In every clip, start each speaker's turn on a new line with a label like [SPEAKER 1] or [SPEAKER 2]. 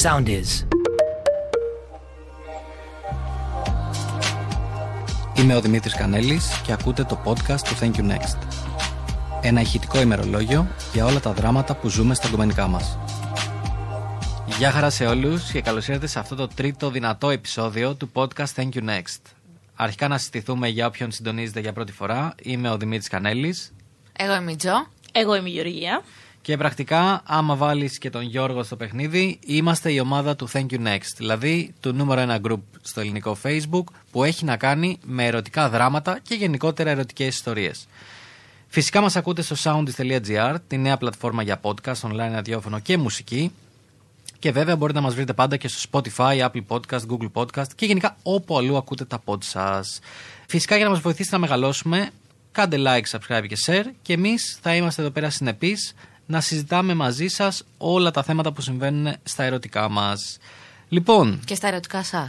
[SPEAKER 1] sound is.
[SPEAKER 2] Είμαι ο Δημήτρης Κανέλης και ακούτε το podcast του Thank You Next. Ένα ηχητικό ημερολόγιο για όλα τα δράματα που ζούμε στα κομμενικά μας. Γεια χαρά σε όλους και καλώς ήρθατε σε αυτό το τρίτο δυνατό επεισόδιο του podcast Thank You Next. Αρχικά να συστηθούμε για όποιον συντονίζεται για πρώτη φορά. Είμαι ο Δημήτρης Κανέλης
[SPEAKER 3] Εγώ είμαι η Τζο.
[SPEAKER 4] Εγώ είμαι η Γεωργία.
[SPEAKER 2] και πρακτικά άμα βάλεις και τον Γιώργο στο παιχνίδι είμαστε η ομάδα του Thank You Next, δηλαδή του νούμερο 1 group στο ελληνικό facebook που έχει να κάνει με ερωτικά δράματα και γενικότερα ερωτικές ιστορίες. Φυσικά μας ακούτε στο soundis.gr, τη νέα πλατφόρμα για podcast, online ραδιόφωνο και μουσική και βέβαια μπορείτε να μας βρείτε πάντα και στο Spotify, Apple Podcast, Google Podcast και γενικά όπου αλλού ακούτε τα pod σας. Φυσικά για να μας βοηθήσετε να μεγαλώσουμε, κάντε like, subscribe και share και εμείς θα είμαστε εδώ πέρα συνεπείς να συζητάμε μαζί σας όλα τα θέματα που συμβαίνουν στα ερωτικά μας. Λοιπόν,
[SPEAKER 3] Και στα ερωτικά σας.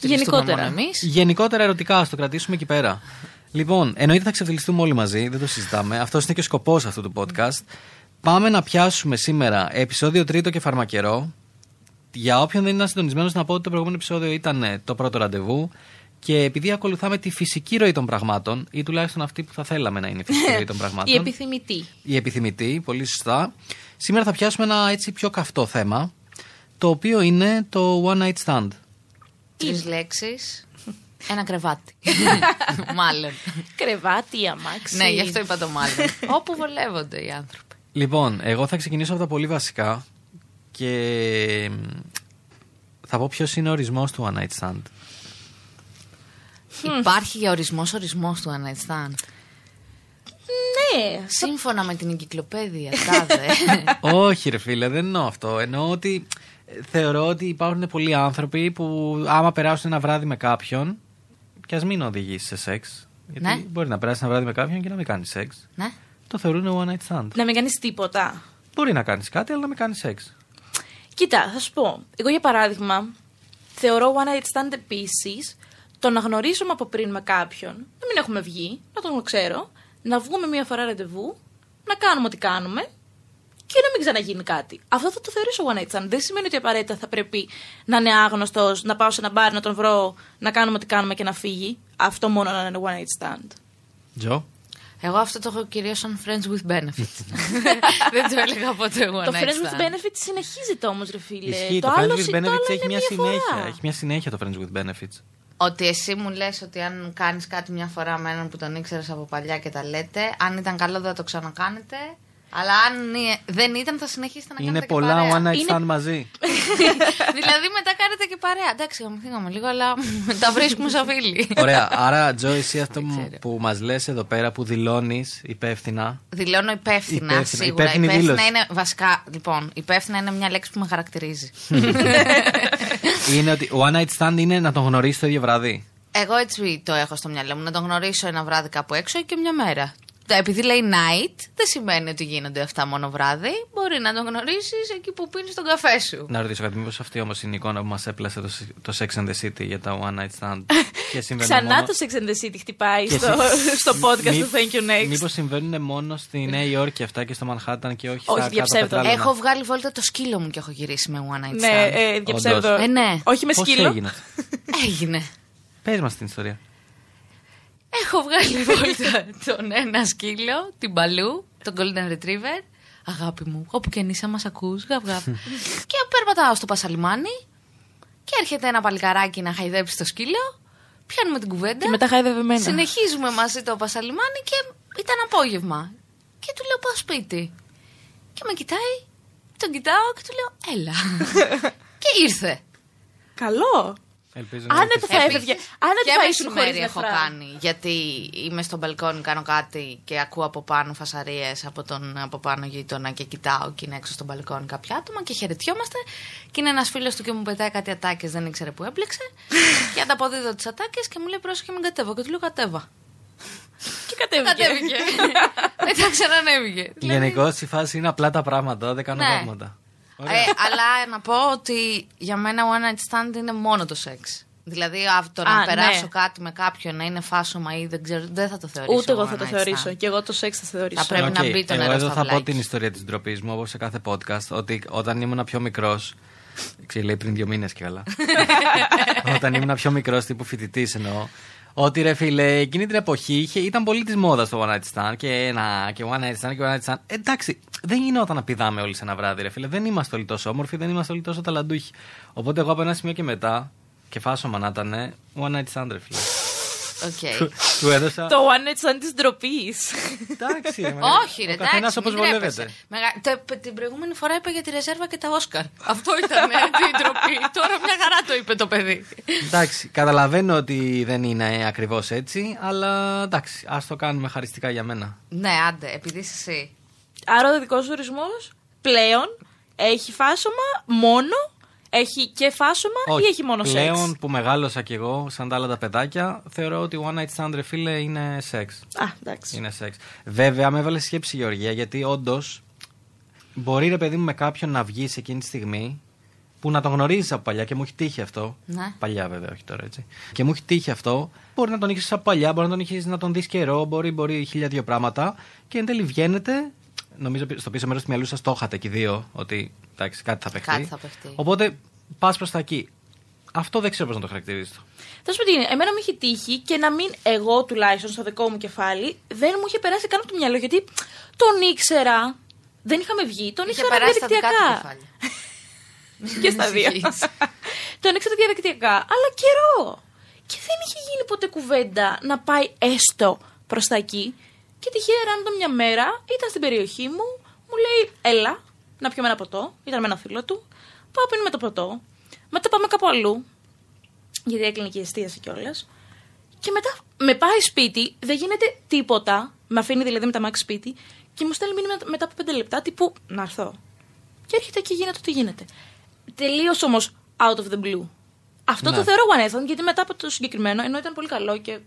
[SPEAKER 4] Γενικότερα.
[SPEAKER 3] Εμεί.
[SPEAKER 2] Γενικότερα ερωτικά, ας το κρατήσουμε εκεί πέρα. Λοιπόν, εννοείται θα ξεφτυλιστούμε όλοι μαζί, δεν το συζητάμε. Αυτό είναι και ο σκοπός αυτού του podcast. Πάμε να πιάσουμε σήμερα επεισόδιο τρίτο και φαρμακερό. Για όποιον δεν ήταν συντονισμένος, να πω ότι το προηγούμενο επεισόδιο ήταν ε, το πρώτο ραντεβού. Και επειδή ακολουθάμε τη φυσική ροή των πραγμάτων, ή τουλάχιστον αυτή που θα θέλαμε να είναι η φυσική ροή των πραγμάτων
[SPEAKER 4] Η επιθυμητή.
[SPEAKER 2] η επιθυμητή, πολύ σωστά. Σήμερα θα πιάσουμε ένα έτσι πιο καυτό θέμα, το οποίο είναι το One Night Stand.
[SPEAKER 3] Τρεις λέξεις. Ένα κρεβάτι. μάλλον.
[SPEAKER 4] Κρεβάτι, αμάξι.
[SPEAKER 3] ναι, γι' αυτό είπα το μάλλον. Όπου βολεύονται οι άνθρωποι.
[SPEAKER 2] Λοιπόν, εγώ θα ξεκινήσω από τα πολύ βασικά και θα πω ποιος είναι ο ορισμός του One Night Stand.
[SPEAKER 4] Hm.
[SPEAKER 3] Υπάρχει για ορισμός ορισμός του ένα night stand.
[SPEAKER 4] Ναι.
[SPEAKER 3] Σύμφωνα με την εγκυκλοπαίδεια, τάδε.
[SPEAKER 2] Όχι, ρε φίλε, δεν εννοώ αυτό. Εννοώ ότι ε, θεωρώ ότι υπάρχουν πολλοί άνθρωποι που άμα περάσουν ένα βράδυ με κάποιον, και ας μην οδηγήσεις σε σεξ. Γιατί
[SPEAKER 3] Ναι.
[SPEAKER 2] μπορεί να περάσεις ένα βράδυ με κάποιον και να μην κάνεις σεξ.
[SPEAKER 3] ναι.
[SPEAKER 2] Το θεωρούν One Night Stand.
[SPEAKER 4] Να μην κάνεις τίποτα.
[SPEAKER 2] Μπορεί να κάνεις κάτι, αλλά να μην κάνεις σεξ.
[SPEAKER 4] Κοίτα, θα σου πω. Εγώ για παράδειγμα, θεωρώ one night stand επίσης το να γνωρίζουμε από πριν με κάποιον, να μην έχουμε βγει, να τον ξέρω, να βγούμε μία φορά ραντεβού, να κάνουμε ό,τι κάνουμε και να μην ξαναγίνει κάτι. Αυτό θα το θεωρήσω one night stand. Δεν σημαίνει ότι απαραίτητα θα πρέπει να είναι άγνωστος, να πάω σε ένα μπαρ, να τον βρω, να κάνουμε ό,τι κάνουμε και να φύγει. Αυτό μόνο να είναι one night stand.
[SPEAKER 2] Τζο.
[SPEAKER 3] Εγώ αυτό το έχω κυρίως σαν friends with benefits. Δεν το έλεγα ποτέ εγώ.
[SPEAKER 4] το Friends with Benefits συνεχίζεται όμως, ρε φίλε.
[SPEAKER 2] Ισχύει. Το, Friends with
[SPEAKER 4] συ- άλλο
[SPEAKER 2] Benefits έχει
[SPEAKER 4] είναι
[SPEAKER 2] μια
[SPEAKER 4] μία φορά.
[SPEAKER 2] συνέχεια. Έχει μια συνέχεια το Friends with Benefits.
[SPEAKER 3] Ότι εσύ μου λες ότι αν κάνεις κάτι μια φορά με έναν που τον ήξερες από παλιά και τα λέτε, αν ήταν καλό δεν θα το ξανακάνετε. Αλλά αν ε, δεν ήταν, θα συνεχίσετε να
[SPEAKER 2] Είναι
[SPEAKER 3] κάνετε
[SPEAKER 2] πολλά
[SPEAKER 3] και
[SPEAKER 2] one
[SPEAKER 3] παρέα.
[SPEAKER 2] night stand μαζί.
[SPEAKER 3] δηλαδή μετά κάνετε και παρέα. Εντάξει, γαμηθήκαμε λίγο, αλλά τα βρίσκουμε σαν φίλοι.
[SPEAKER 2] Ωραία. Άρα, Τζο, εσύ αυτό που μας λες εδώ πέρα που δηλώνεις υπεύθυνα.
[SPEAKER 3] Δηλώνω υπεύθυνα,
[SPEAKER 2] Υπεύθυνα,
[SPEAKER 3] σίγουρα.
[SPEAKER 2] υπεύθυνη δήλωση.
[SPEAKER 3] είναι βασικά. Λοιπόν, υπεύθυνα είναι μια λέξη που με χαρακτηρίζει.
[SPEAKER 2] είναι ότι one night stand είναι να τον γνωρίσεις το ίδιο βράδυ.
[SPEAKER 3] Εγώ έτσι το έχω στο μυαλό μου. Να τον γνωρίσω ένα βράδυ κάπου έξω και μια μέρα. Τα- Επειδή λέει night, δεν σημαίνει ότι γίνονται αυτά μόνο βράδυ. Μπορεί να τον γνωρίσεις εκεί που πίνεις τον καφέ σου.
[SPEAKER 2] Να ρωτήσω κάτι, μήπως αυτή όμως είναι η εικόνα που μας έπλασε το, σ- το Sex and the City για τα one night stand. και συμβαίνουν
[SPEAKER 4] Ξανά
[SPEAKER 2] μόνο-
[SPEAKER 4] το Sex and the City χτυπάει
[SPEAKER 2] και
[SPEAKER 4] στο,
[SPEAKER 2] συ-
[SPEAKER 4] στο podcast
[SPEAKER 2] Μη-
[SPEAKER 4] του Thank You Next.
[SPEAKER 2] Μήπως συμβαίνουν μόνο στη Νέα Υόρκη αυτά και στο Μανχάταν και όχι,
[SPEAKER 4] Όχι,
[SPEAKER 2] στα κάτω
[SPEAKER 4] διαψεύδω.
[SPEAKER 2] πετράλαινα.
[SPEAKER 3] Έχω βγάλει βόλτα το σκύλο μου και έχω γυρίσει με one night stand.
[SPEAKER 4] Ναι, ε, διαψεύδω.
[SPEAKER 2] Όντως.
[SPEAKER 3] Ε, ναι.
[SPEAKER 4] Όχι με
[SPEAKER 2] Πώς
[SPEAKER 4] σκύλο.
[SPEAKER 2] έγινε αυτό?
[SPEAKER 3] Έγινε.
[SPEAKER 2] Πες μας την ιστορία.
[SPEAKER 3] Έχω βγάλει βόλτα τον ένα σκύλο, την Παλού, τον Golden Retriever. Αγάπη μου, όπου και αν είσαι, μα ακού, γαβ γαβ. και περπατάω στο Πασαλιμάνι και έρχεται ένα παλικαράκι να χαϊδέψει το σκύλο. Πιάνουμε την κουβέντα.
[SPEAKER 4] Και μετά χάιδευε εμένα.
[SPEAKER 3] Συνεχίζουμε μαζί το Πασαλιμάνι και ήταν απόγευμα. Και του λέω πάω σπίτι. Και με κοιτάει, τον κοιτάω και του λέω έλα. και ήρθε.
[SPEAKER 4] Καλό.
[SPEAKER 2] Ελπίζω να
[SPEAKER 4] Άνετα θα
[SPEAKER 3] Επίσης,
[SPEAKER 4] έφευγε. Άνετα
[SPEAKER 3] και
[SPEAKER 4] θα ήσουν
[SPEAKER 3] μεσημέρι
[SPEAKER 4] χωρί
[SPEAKER 3] έχω κάνει. Γιατί είμαι στο μπαλκόνι, κάνω κάτι και ακούω από πάνω φασαρίες από τον από πάνω γείτονα και κοιτάω και είναι έξω στο μπαλκόνι κάποια άτομα και χαιρετιόμαστε. Και είναι ένας φίλος του και μου πετάει κάτι ατάκες, δεν ήξερε που έπλεξε. και ανταποδίδω τις ατάκες και μου λέει πρόσεχε μην κατέβω. Και του λέω κατέβα.
[SPEAKER 4] Και κατέβηκε.
[SPEAKER 3] Κατέβηκε.
[SPEAKER 4] Ε,
[SPEAKER 3] Μετά ξανανέβηκε.
[SPEAKER 2] Γενικώς η φάση είναι απλά τα πράγματα, δεν κάνω
[SPEAKER 3] Ναι.
[SPEAKER 2] πράγματα. Ωραία.
[SPEAKER 3] Ε, αλλά να πω ότι για μένα one night stand είναι μόνο το σεξ. Δηλαδή α, το να
[SPEAKER 4] Α, ναι.
[SPEAKER 3] περάσω κάτι με κάποιον να είναι φάσομα ή δεν ξέρω, δεν θα το θεωρήσω.
[SPEAKER 4] Ούτε εγώ θα
[SPEAKER 3] one
[SPEAKER 4] το
[SPEAKER 3] night
[SPEAKER 4] θεωρήσω.
[SPEAKER 3] stand.
[SPEAKER 4] Και εγώ το σεξ θα θεωρήσω.
[SPEAKER 3] Θα πρέπει να
[SPEAKER 2] Οκ,
[SPEAKER 3] μπει το
[SPEAKER 2] Εγώ
[SPEAKER 3] νερό
[SPEAKER 2] εδώ
[SPEAKER 3] στα
[SPEAKER 2] θα πω
[SPEAKER 3] βλάκια.
[SPEAKER 2] την ιστορία της ντροπής μου, όπως σε κάθε podcast, ότι όταν ήμουν πιο μικρός, Ξέρεις, λέει πριν δύο μήνες και καλά. Όταν ήμουν πιο μικρός, τύπου φοιτητής εννοώ. Ότι ρε φίλε, εκείνη την εποχή είχε, ήταν πολύ της μόδας το One Night Stand και ένα και One Night Stand και One Night Stand. Ε, Εντάξει, δεν γινόταν να πηδάμε όλοι σε ένα βράδυ, ρε φίλε. Δεν είμαστε όλοι τόσο όμορφοι, δεν είμαστε όλοι τόσο ταλαντούχοι. Οπότε εγώ από ένα σημείο και μετά, και φάσομα να ήταν, One Night Stand, ρε φίλε.
[SPEAKER 3] Οκ.
[SPEAKER 2] Του- Του έδωσα.
[SPEAKER 4] Το one night stand της ντροπής.
[SPEAKER 2] Εντάξει, ρε, μαλάκα.
[SPEAKER 3] Όχι, ρε,
[SPEAKER 2] Ε, Ο καθένας
[SPEAKER 3] εντάξει.
[SPEAKER 2] όπως
[SPEAKER 3] μην
[SPEAKER 2] βολεύεται.
[SPEAKER 3] τρέπεσαι. Μεγα- τε- πε- Την προηγούμενη φορά είπα για τη ρεζέρβα και τα Όσκαρ. Αυτό ήταν ε, η ντροπή. Τώρα μια χαρά το είπε το παιδί.
[SPEAKER 2] Εντάξει, καταλαβαίνω ότι δεν είναι ακριβώς έτσι, αλλά εντάξει, ας το κάνουμε χαριστικά για μένα.
[SPEAKER 3] Ναι, άντε, επειδή είσαι εσύ.
[SPEAKER 4] Άρα ο δικός σου ορισμός πλέον έχει φάσομα μόνο. Έχει και φάσομα ή έχει μόνο
[SPEAKER 2] πλέον
[SPEAKER 4] σεξ.
[SPEAKER 2] που μεγάλωσα κι εγώ, σαν τα άλλα τα παιδάκια, θεωρώ ότι one night stand, ρε φίλε, είναι σεξ.
[SPEAKER 4] Α, εντάξει.
[SPEAKER 2] Είναι σεξ. Βέβαια, με έβαλες σε σκέψη η Γεωργία, γιατί όντως μπορεί ρε παιδί μου με κάποιον να βγεις σε εκείνη τη στιγμή που να τον γνωρίζεις από παλιά και μου έχει τύχει αυτό.
[SPEAKER 3] Ναι.
[SPEAKER 2] Παλιά, βέβαια, όχι τώρα έτσι. Και μου έχει τύχει αυτό. Μπορεί να τον είχες από παλιά, μπορεί να τον είχες να τον δεις καιρό, μπορεί, μπορεί χίλια δύο πράγματα. Και εν τέλει βγαίνετε. Νομίζω στο πίσω μέρος του μυαλού σα το είχατε και οι δύο, ότι εντάξει, κάτι θα παιχτεί.
[SPEAKER 3] Κάτι θα παιχτεί.
[SPEAKER 2] Οπότε πας προς τα εκεί. Αυτό δεν ξέρω πώς να το χαρακτηρίσω.
[SPEAKER 4] Θα σου πω τι είναι. Εμένα μου είχε τύχει και να μην, εγώ τουλάχιστον στο δικό μου κεφάλι, δεν μου είχε περάσει καν από το μυαλό. Γιατί τον ήξερα. Δεν είχαμε βγει, τον
[SPEAKER 3] Είχε
[SPEAKER 4] ήξερα
[SPEAKER 3] περάσει στα δικά του
[SPEAKER 4] διαδικτυακά.
[SPEAKER 3] κεφάλια.
[SPEAKER 4] Και στα δύο.
[SPEAKER 3] Ανησυχείς.
[SPEAKER 4] τον ήξερα διαδικτυακά, αλλά καιρό. Και δεν είχε γίνει ποτέ κουβέντα να πάει έστω προς τα εκεί. Και τυχαία ράντο μια μέρα ήταν στην περιοχή μου, μου λέει: Έλα, να πιούμε ένα ποτό. Ήταν με ένα φίλο του. Πάω πίνουμε το ποτό. Μετά πάμε κάπου αλλού. Γιατί έκλεινε και η εστίαση κιόλας. Και μετά με πάει σπίτι, δεν γίνεται τίποτα. Με αφήνει δηλαδή με τα μάξι σπίτι και μου στέλνει μήνυμα μετά από πέντε λεπτά τύπου να έρθω. Και έρχεται και γίνεται ό,τι γίνεται. Τελείως όμως out of the blue. Αυτό
[SPEAKER 2] Ναι.
[SPEAKER 4] το θεωρώ one night stand, γιατί μετά από το συγκεκριμένο, ενώ ήταν πολύ καλό και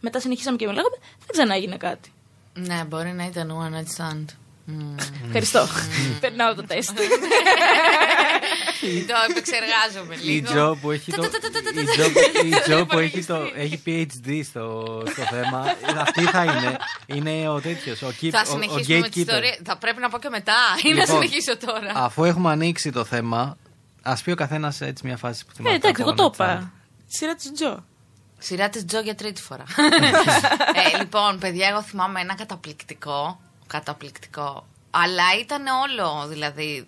[SPEAKER 4] μετά συνεχίσαμε και μιλάγαμε, δεν ξανά έγινε κάτι.
[SPEAKER 2] Mm.
[SPEAKER 3] Ναι, μπορεί να ήταν one night stand. Μμμ.
[SPEAKER 4] Ευχαριστώ.
[SPEAKER 2] Mm.
[SPEAKER 4] Περνάω το Ε, τεστ.
[SPEAKER 3] Το επεξεργάζομαι λίγο.
[SPEAKER 2] Η Τζο που έχει
[SPEAKER 3] Τα-
[SPEAKER 2] το.
[SPEAKER 3] τα- τα- τα- τα-
[SPEAKER 2] Η
[SPEAKER 3] τα-
[SPEAKER 2] Τζο,
[SPEAKER 3] τα-
[SPEAKER 2] η
[SPEAKER 3] τα-
[SPEAKER 2] Τζο που
[SPEAKER 3] τα-
[SPEAKER 2] έχει το. Έχει PhD στο, στο θέμα. Αυτή θα είναι. Είναι ο τέτοιος. Ο, keep-
[SPEAKER 3] Θα
[SPEAKER 2] ε, ο- ο
[SPEAKER 3] συνεχίσουμε με
[SPEAKER 2] gatekeeper.
[SPEAKER 3] την ιστορία. Θα πρέπει να πω και μετά ή να
[SPEAKER 2] Λοιπόν,
[SPEAKER 3] συνεχίσω τώρα.
[SPEAKER 2] Αφού έχουμε ανοίξει το θέμα, ας πει ο καθένας έτσι μια φάση που
[SPEAKER 4] Ε,
[SPEAKER 2] θυμάται.
[SPEAKER 4] εντάξει,
[SPEAKER 2] από
[SPEAKER 4] εγώ το
[SPEAKER 2] One Night Stand.
[SPEAKER 4] είπα. Σειρά της Τζο.
[SPEAKER 3] Σειρά της Τζο για τρίτη φορά. ε, λοιπόν, παιδιά, εγώ θυμάμαι ένα καταπληκτικό. Καταπληκτικό. Αλλά ήταν όλο, δηλαδή.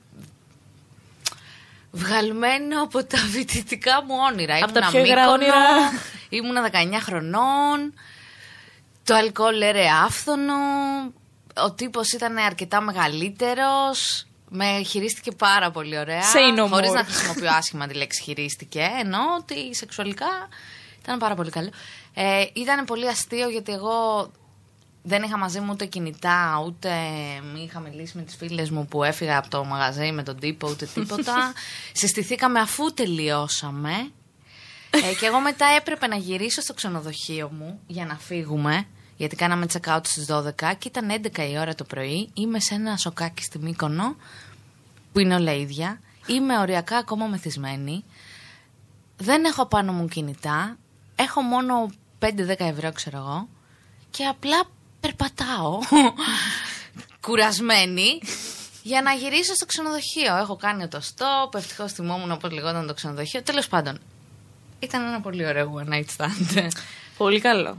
[SPEAKER 3] Βγαλμένο από τα φοιτητικά μου όνειρα.
[SPEAKER 4] Από τα
[SPEAKER 3] Ήμουνα
[SPEAKER 4] πιο υγρά
[SPEAKER 3] Μύκονο,
[SPEAKER 4] όνειρα.
[SPEAKER 3] Ήμουνα 19 χρονών. Το αλκοόλ έρε άφθονο. Ο τύπος ήταν αρκετά μεγαλύτερος. Με χειρίστηκε πάρα πολύ ωραία.
[SPEAKER 4] Say no
[SPEAKER 3] χωρίς
[SPEAKER 4] more.
[SPEAKER 3] να χρησιμοποιώ άσχημα τη λέξη χειρίστηκε, ενώ ότι σεξουαλικά ήταν πάρα πολύ καλό. Ε, ήταν πολύ αστείο γιατί εγώ δεν είχα μαζί μου ούτε κινητά, ούτε μη είχα μιλήσει με τις φίλες μου που έφυγα από το μαγαζί με τον τύπο, ούτε τίποτα. Συστηθήκαμε αφού τελειώσαμε. Ε, και εγώ μετά έπρεπε να γυρίσω στο ξενοδοχείο μου για να φύγουμε. Γιατί κάναμε check-out στις 12 και ήταν 11 η ώρα το πρωί. Είμαι σε ένα σοκάκι στη Μύκονο που είναι όλα ίδια. Είμαι οριακά ακόμα μεθυσμένη. Δεν έχω πάνω μου κινητά. Έχω μόνο 5-10 ευρώ, ξέρω εγώ. Και απλά περπατάω. Κουρασμένη. Για να γυρίσω στο ξενοδοχείο. Έχω κάνει το stop. Ευτυχώς θυμόμουν πώ λεγόταν το ξενοδοχείο. Τέλος πάντων. Ήταν ένα πολύ ωραίο one night stand.
[SPEAKER 4] Πολύ καλό.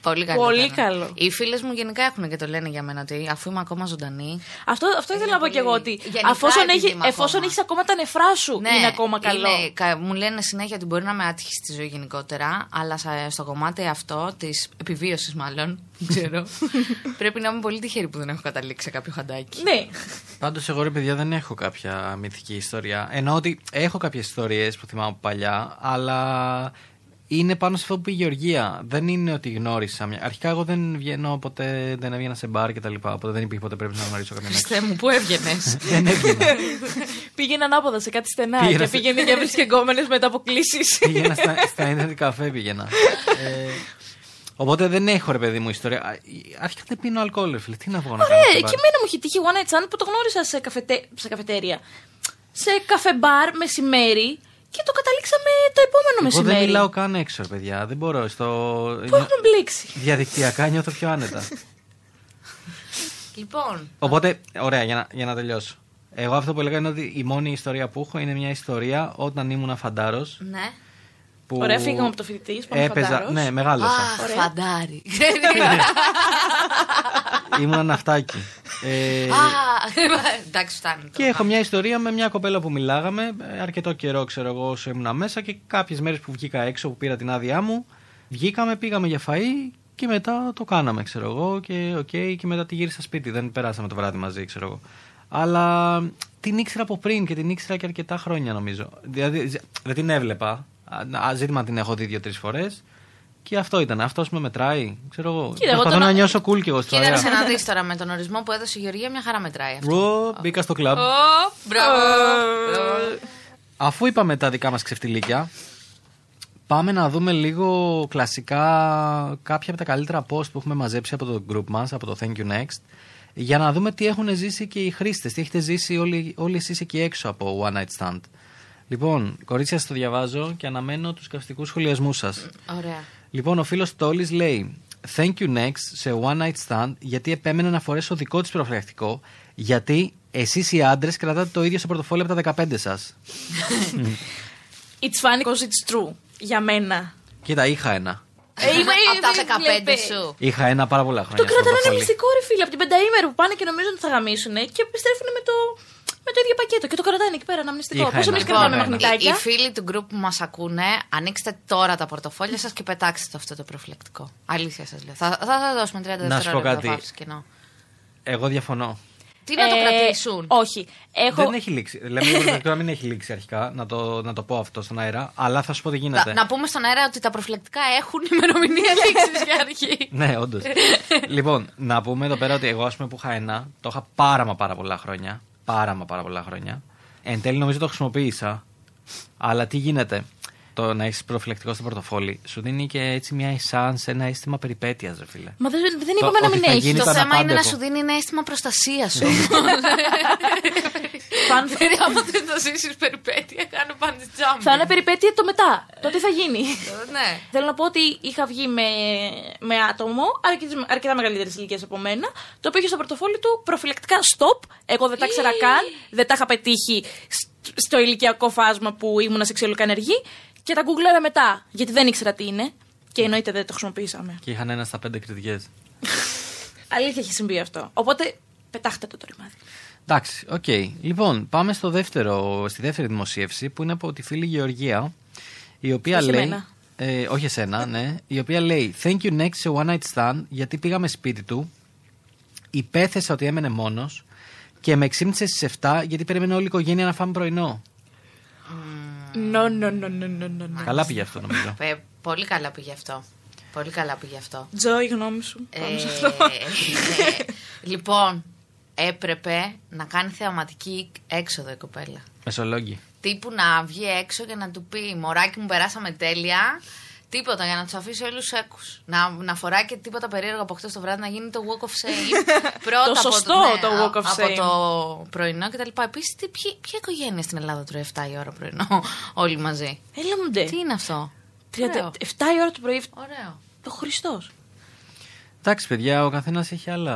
[SPEAKER 3] πολύ καλό.
[SPEAKER 4] Πολύ
[SPEAKER 3] ήταν.
[SPEAKER 4] καλό.
[SPEAKER 3] Οι φίλες μου γενικά έχουν και το λένε για μένα ότι αφού είμαι ακόμα ζωντανή,
[SPEAKER 4] Αυτό, αυτό ήθελα να πω
[SPEAKER 3] πολύ-
[SPEAKER 4] και εγώ ότι
[SPEAKER 3] Ε, γενικά
[SPEAKER 4] αφόσον,
[SPEAKER 3] επειδή
[SPEAKER 4] έχει,
[SPEAKER 3] είμαι
[SPEAKER 4] εφόσον
[SPEAKER 3] ακόμα. Ναι,
[SPEAKER 4] έχεις ακόμα τα νεφρά σου είναι ακόμα καλό.
[SPEAKER 3] είναι- κα- μου λένε συνέχεια ότι μπορεί να είμαι άτυχη στη ζωή γενικότερα, αλλά σα- στο κομμάτι αυτό της επιβίωσης, μάλλον, δεν ξέρω, πρέπει να είμαι πολύ τυχερή που δεν έχω καταλήξει σε κάποιο χαντάκι.
[SPEAKER 4] Ναι.
[SPEAKER 2] Πάντως, εγώ ρε παιδιά δεν έχω κάποια μυθική ιστορία. Ενώ ότι έχω κάποιες ιστορίες που θυμάμαι από παλιά, αλλά είναι πάνω σε αυτό που είπε η Γεωργία. Δεν είναι ότι γνώρισα μια. Αρχικά, εγώ δεν βγαίνω ποτέ, δεν έβγαινα σε μπαρ κτλ. Οπότε δεν υπήρχε ποτέ πρέπει να γνωρίσω κάποιον. έξω.
[SPEAKER 3] Χριστέ μου, πού έβγαινες.
[SPEAKER 2] δεν έβγαινα.
[SPEAKER 4] Πήγαινε ανάποδα σε κάτι στενά
[SPEAKER 2] Πήγαινα
[SPEAKER 4] και
[SPEAKER 2] σε-
[SPEAKER 4] πήγαινε και βρίσκε γκόμενε μετά από κλήσεις.
[SPEAKER 2] πήγαινα στα, στα ίντερνετ καφέ πήγαινα. ε, οπότε δεν έχω ρε παιδί μου ιστορία. Α, Αρχικά δεν πίνω αλκοόλ, ρε φίλε. Τι να βγω να κάνω.
[SPEAKER 4] Ωραία,
[SPEAKER 2] στο
[SPEAKER 4] και
[SPEAKER 2] μπαρ.
[SPEAKER 4] εμένα μου είχε τύχει one night stand που το γνώρισα σε, καφετε... σε καφετέρια. Σε καφεμπάρ μεσημέρι και το καταλήξαμε το επόμενο
[SPEAKER 2] Εγώ δεν
[SPEAKER 4] μεσημέρι.
[SPEAKER 2] μιλάω καν έξω, ρε παιδιά. Δεν μπορώ. Στο...
[SPEAKER 4] Πού έχουμε μπλήξει.
[SPEAKER 2] Διαδικτυακά νιώθω πιο άνετα.
[SPEAKER 3] λοιπόν,
[SPEAKER 2] Οπότε, ωραία, για να, για να τελειώσω. Εγώ αυτό που έλεγα είναι ότι η μόνη ιστορία που έχω είναι μια ιστορία όταν ήμουν φαντάρος.
[SPEAKER 3] Ναι.
[SPEAKER 2] Που...
[SPEAKER 4] Ωραία, φύγαμε από το φοιτητή, πάμε φαντάρος.
[SPEAKER 2] Ναι, μεγάλωσα.
[SPEAKER 3] Αχ,
[SPEAKER 4] Ωραία.
[SPEAKER 3] φαντάρι.
[SPEAKER 2] ήμουν ναυτάκι. Ε,
[SPEAKER 3] Αχ, Εντάξει, φτάνει.
[SPEAKER 2] Και έχω μια ιστορία με μια κοπέλα που μιλάγαμε ε, αρκετό καιρό, ξέρω εγώ, όσο ήμουν μέσα και κάποιες μέρες που βγήκα έξω, που πήρα την άδειά μου, βγήκαμε, πήγαμε για φαΐ και μετά το κάναμε, ξέρω εγώ, και οκ, και μετά τη γύρισα σπίτι. Δεν περάσαμε το βράδυ μαζί, ξέρω εγώ. Αλλά μ, την ήξερα από πριν και την ήξερα και αρκετά χρόνια, νομίζω. Δηλαδή, ζ- δεν την έβλεπα. Α, α, Ζήτημα την έχω δει δύο-τρει φορές. Και αυτό ήταν. Αυτό με μετράει. Ξέρω εγώ.
[SPEAKER 4] Κοίτα, εγώ
[SPEAKER 2] Προσπαθώ
[SPEAKER 4] τον-
[SPEAKER 2] να νιώσω cool κι εγώ στο αέρα.
[SPEAKER 3] Κοίταξε να δει τώρα με τον ορισμό που έδωσε η Γεωργία, μια χαρά μετράει αυτό.
[SPEAKER 2] Ω, Μπήκα στο κλαμπ.
[SPEAKER 3] Ω, Μπράβο. Ω.
[SPEAKER 2] Αφού είπαμε τα δικά μας ξεφτυλίκια, πάμε να δούμε λίγο κλασικά κάποια από τα καλύτερα post που έχουμε μαζέψει από το group μας, από το Thank You Next, για να δούμε τι έχουν ζήσει και οι χρήστες, τι έχετε ζήσει όλοι, όλοι εσείς εκεί έξω από One Night Stand. Λοιπόν, κορίτσια, σας το διαβάζω και αναμένω τους καυστικούς σχολιασμούς σας.
[SPEAKER 3] Ωραία.
[SPEAKER 2] Λοιπόν, ο φίλος Τόλης λέει Thank you next σε one night stand γιατί επέμενε να φορέσω δικό της προφυλακτικό γιατί εσείς οι άντρες κρατάτε το ίδιο σε πορτοφόλι από τα 15 σας.
[SPEAKER 4] It's funny because it's true. Για μένα.
[SPEAKER 2] Κοίτα, είχα ένα.
[SPEAKER 4] Ε, είμαι-
[SPEAKER 3] Από
[SPEAKER 4] δεν
[SPEAKER 3] τα 15
[SPEAKER 4] βλέπεις.
[SPEAKER 3] σου.
[SPEAKER 2] Είχα ένα πάρα πολλά
[SPEAKER 4] Το
[SPEAKER 2] χρόνια. στο
[SPEAKER 4] κρατάνε ένα
[SPEAKER 2] πορτοφόλι.
[SPEAKER 4] μυστικό ρε φίλε από την πενταήμερη που πάνε και νομίζουν ότι θα γαμίσουν και επιστρέφουν με το, με το ίδιο πακέτο και το κρατάνε εκεί πέρα ένα μυστικό.
[SPEAKER 2] Είχα
[SPEAKER 4] Πώς εμεί
[SPEAKER 2] ένα.
[SPEAKER 4] κρατάμε
[SPEAKER 2] Είχα ένα.
[SPEAKER 3] Λοιπόν, Ε, οι, οι
[SPEAKER 4] μαγνητάκια.
[SPEAKER 3] φίλοι του group που μας ακούνε, ανοίξτε τώρα τα πορτοφόλια σας και πετάξτε το αυτό το προφυλακτικό. Αλήθεια σας λέω. Θα, θα σας δώσουμε 30
[SPEAKER 2] Να σου πω
[SPEAKER 3] δευτερόλεπτα
[SPEAKER 2] κάτι.
[SPEAKER 3] παύση κοινό.
[SPEAKER 2] Εγώ διαφωνώ.
[SPEAKER 3] Τι να το
[SPEAKER 4] Ε,
[SPEAKER 3] κρατήσουν.
[SPEAKER 4] Όχι. Έχω...
[SPEAKER 2] Δεν έχει λήξει. Λέμε το προφυλακτικό να μην έχει λήξει αρχικά, να το, να το πω αυτό στον αέρα, αλλά θα σου πω τι γίνεται.
[SPEAKER 3] Να, να πούμε στον αέρα ότι τα προφυλακτικά έχουν ημερομηνία λήξης για αρχή.
[SPEAKER 2] Ναι, όντως. λοιπόν, να πούμε εδώ πέρα ότι εγώ, ας πούμε, που είχα ένα, το είχα πάρα μα πάρα πολλά χρόνια. Πάρα μα πάρα πολλά χρόνια. Εν τέλει, νομίζω το χρησιμοποίησα. Αλλά τι γίνεται. Το να έχεις προφυλακτικό στο πορτοφόλι σου δίνει και έτσι μια εσάνς, ένα αίσθημα περιπέτειας, ρε φίλε.
[SPEAKER 4] Μα δεν, δεν
[SPEAKER 2] Το-
[SPEAKER 4] είπαμε να
[SPEAKER 2] ότι
[SPEAKER 4] μην
[SPEAKER 2] θα
[SPEAKER 4] έχεις.
[SPEAKER 2] γίνει
[SPEAKER 3] Το
[SPEAKER 2] ήταν
[SPEAKER 3] θέμα είναι να
[SPEAKER 2] απάντεχο.
[SPEAKER 3] σου δίνει ένα αίσθημα προστασίας σου.
[SPEAKER 4] Φαν-
[SPEAKER 3] Άμα δεν το ζήσει περιπέτεια, κάνω πάντη τζάμπι.
[SPEAKER 4] Θα είναι περιπέτεια το μετά. Το τι θα γίνει.
[SPEAKER 3] Ναι.
[SPEAKER 4] Θέλω να πω ότι είχα βγει με, με άτομο αρκετής- αρκετά μεγαλύτερη ηλικία από μένα, το οποίο είχε στο πορτοφόλι του προφυλακτικά stop. Εγώ δεν τα ξέρα καν, δεν τα είχα πετύχει σ- στο ηλικιακό φάσμα που ήμουν σεξουαλικά ενεργή και τα γκουγκλάρα μετά, γιατί δεν ήξερα τι είναι. Και εννοείται δεν το χρησιμοποιήσαμε.
[SPEAKER 2] Και είχαν ένα στα πέντε κριτικέ.
[SPEAKER 4] Αλήθεια έχει συμβεί αυτό. Οπότε πετάχτε το το ρημάδι.
[SPEAKER 2] Εντάξει, οκ. Λοιπόν, πάμε στο δεύτερο, στη δεύτερη δημοσίευση που είναι από τη φίλη Γεωργία, η οποία
[SPEAKER 4] Όχι
[SPEAKER 2] λέει.
[SPEAKER 4] εμένα.
[SPEAKER 2] Ε, όχι εσένα, ναι. Η οποία λέει Thank you next σε one night stand γιατί πήγαμε σπίτι του. Υπέθεσα ότι έμενε μόνος και με ξύπνησε στις 7 γιατί περίμενε όλη η οικογένεια να φάμε πρωινό.
[SPEAKER 4] No, no, no, no, no, no, no.
[SPEAKER 2] Καλά πήγε αυτό νομίζω.
[SPEAKER 3] Ε, Πολύ καλά πήγε αυτό. Πολύ καλά πήγε αυτό.
[SPEAKER 4] Τζο, η γνώμη σου.
[SPEAKER 3] Ε.
[SPEAKER 4] Πάμε σε αυτό.
[SPEAKER 3] ναι. Λοιπόν, έπρεπε να κάνει θεαματική έξοδο η κοπέλα.
[SPEAKER 2] Μεσολόγγι.
[SPEAKER 3] Τύπου να βγει έξω και να του πει Μωράκι μου, περάσαμε τέλεια. Τίποτα για να τους αφήσει όλους σέκου. Να, να φοράει και τίποτα περίεργο από χτες το βράδυ να γίνει το walk of shame. Πρώτα
[SPEAKER 4] Το
[SPEAKER 3] από
[SPEAKER 4] σωστό το
[SPEAKER 3] α-
[SPEAKER 4] walk of shame.
[SPEAKER 3] Από το πρωινό κτλ. Επίση, ποια οικογένεια στην Ελλάδα τρώει 7 η ώρα πρωινό όλοι μαζί.
[SPEAKER 4] Έλα μου ντε.
[SPEAKER 3] Τι είναι αυτό.
[SPEAKER 4] 37
[SPEAKER 3] Ωραίο.
[SPEAKER 4] η ώρα το πρωί.
[SPEAKER 3] Ωραίο.
[SPEAKER 4] Ο Χριστός.
[SPEAKER 2] Εντάξει, παιδιά, ο καθένας έχει άλλα.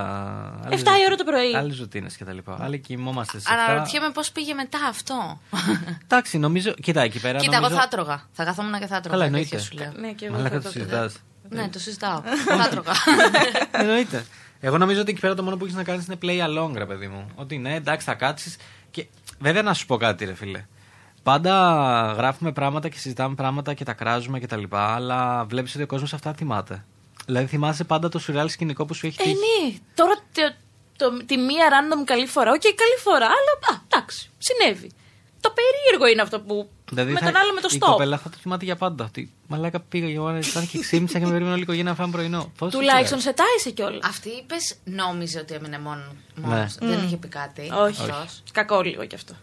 [SPEAKER 2] άλλες
[SPEAKER 4] Εφτά η ώρα
[SPEAKER 2] ρουτίνες-
[SPEAKER 4] το πρωί.
[SPEAKER 2] Άλλες ρουτίνες και τα λοιπά. Άλλοι κοιμόμαστε στι 7.
[SPEAKER 3] Αναρωτιέμαι πώς πήγε μετά αυτό.
[SPEAKER 2] Εντάξει, νομίζω. Κοίτα, εκεί πέρα.
[SPEAKER 3] Κοίτα, εγώ
[SPEAKER 2] νομίζω...
[SPEAKER 3] θα τρώγα. Θα καθόμουν και θα τρώγα.
[SPEAKER 2] Καλά,
[SPEAKER 3] Αλήθεια
[SPEAKER 2] εννοείται.
[SPEAKER 3] Σου λέω.
[SPEAKER 4] Ναι, και εγώ
[SPEAKER 2] Μαλάκα
[SPEAKER 4] θα
[SPEAKER 2] το
[SPEAKER 4] το-
[SPEAKER 2] συζητάς.
[SPEAKER 3] Ναι, το συζητάω. θα τρώγα.
[SPEAKER 2] Εννοείται. Εγώ νομίζω ότι εκεί πέρα το μόνο που έχεις να κάνεις είναι play along, ρε παιδί μου. Ότι ναι, εντάξει, θα κάτσεις. Και βέβαια να σου πω κάτι, ρε φίλε. Πάντα γράφουμε πράγματα και συζητάμε πράγματα και τα κράζουμε και τα λοιπά, αλλά βλέπεις ότι ο κόσμος αυτά θυμάται. Δηλαδή θυμάσαι πάντα το σουρεάλ σκηνικό που σου έχει
[SPEAKER 4] Ε,
[SPEAKER 2] τύχει.
[SPEAKER 4] ναι. Τώρα το, το- τη μία random καλή φορά. Οκ, καλή φορά, αλλά α, εντάξει, συνέβη. Το περίεργο είναι αυτό που.
[SPEAKER 2] Δηλαδή
[SPEAKER 4] με
[SPEAKER 2] θα-
[SPEAKER 4] τον άλλο με το
[SPEAKER 2] Η
[SPEAKER 4] stop.
[SPEAKER 2] κοπέλα θα το θυμάται για πάντα. Ότι μαλάκα πήγα για ώρα, ήταν και ξύμισα και με περίμενε όλη η οικογένεια να φάμε πρωινό. Πώς
[SPEAKER 4] Τουλάχιστον σε τάισε κιόλας.
[SPEAKER 3] Αυτή είπες, νόμιζε ότι έμεινε μόνο.
[SPEAKER 2] Ναι.
[SPEAKER 3] μόνος. Δεν είχε πει κάτι.
[SPEAKER 4] Όχι.
[SPEAKER 3] Αυτός.
[SPEAKER 4] Κακό λίγο κι αυτό.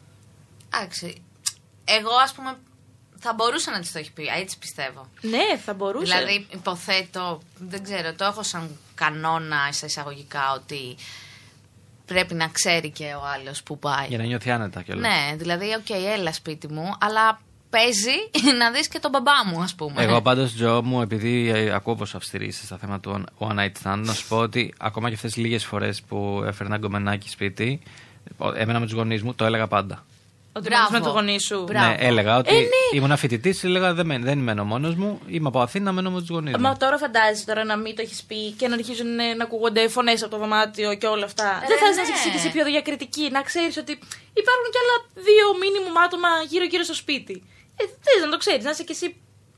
[SPEAKER 3] Εντάξει. Εγώ, ας πούμε, θα μπορούσα να της το έχει πει. Έτσι πιστεύω.
[SPEAKER 4] Ναι, θα μπορούσε.
[SPEAKER 3] Δηλαδή, υποθέτω, δεν ξέρω, το έχω σαν κανόνα στα εισαγωγικά ότι πρέπει να ξέρει και ο άλλος που πάει.
[SPEAKER 2] Για να νιώθει άνετα κιόλας.
[SPEAKER 3] Ναι, δηλαδή, οκ, έλα σπίτι μου, αλλά παίζει να δεις και τον μπαμπά μου, ας πούμε.
[SPEAKER 2] Εγώ πάντως, Τζο μου, επειδή ε, ακούω πόσο αυστηρή είσαι στα θέματα του One Night Stand, να σου πω ότι ακόμα και αυτές τις λίγες φορές που έφερε ένα γκομενάκι σπίτι, Εμένα με τους γονείς μου το έλεγα πάντα.
[SPEAKER 4] Ότι
[SPEAKER 3] Μπράβο.
[SPEAKER 4] μαζί με τον γονείς σου.
[SPEAKER 3] Μπράβο.
[SPEAKER 2] Ναι, έλεγα ότι
[SPEAKER 4] Ε, ναι.
[SPEAKER 2] ήμουν φοιτητής, έλεγα δεν, μένω- δεν μένω μόνος μου. Είμαι από Αθήνα, μένω με τους γονείς μου.
[SPEAKER 4] Μα τώρα φαντάζεσαι τώρα να μην το έχεις πει και να αρχίζουν ε, να ακούγονται φωνές από το δωμάτιο και όλα αυτά.
[SPEAKER 3] Ε,
[SPEAKER 4] Δεν θα
[SPEAKER 3] ναι.
[SPEAKER 4] να είσαι και εσύ πιο διακριτική, να ξέρεις ότι υπάρχουν κι άλλα δύο μήνυμου άτομα γύρω-γύρω στο σπίτι. Ε, θες να το ξέρεις, να είσαι κι εσύ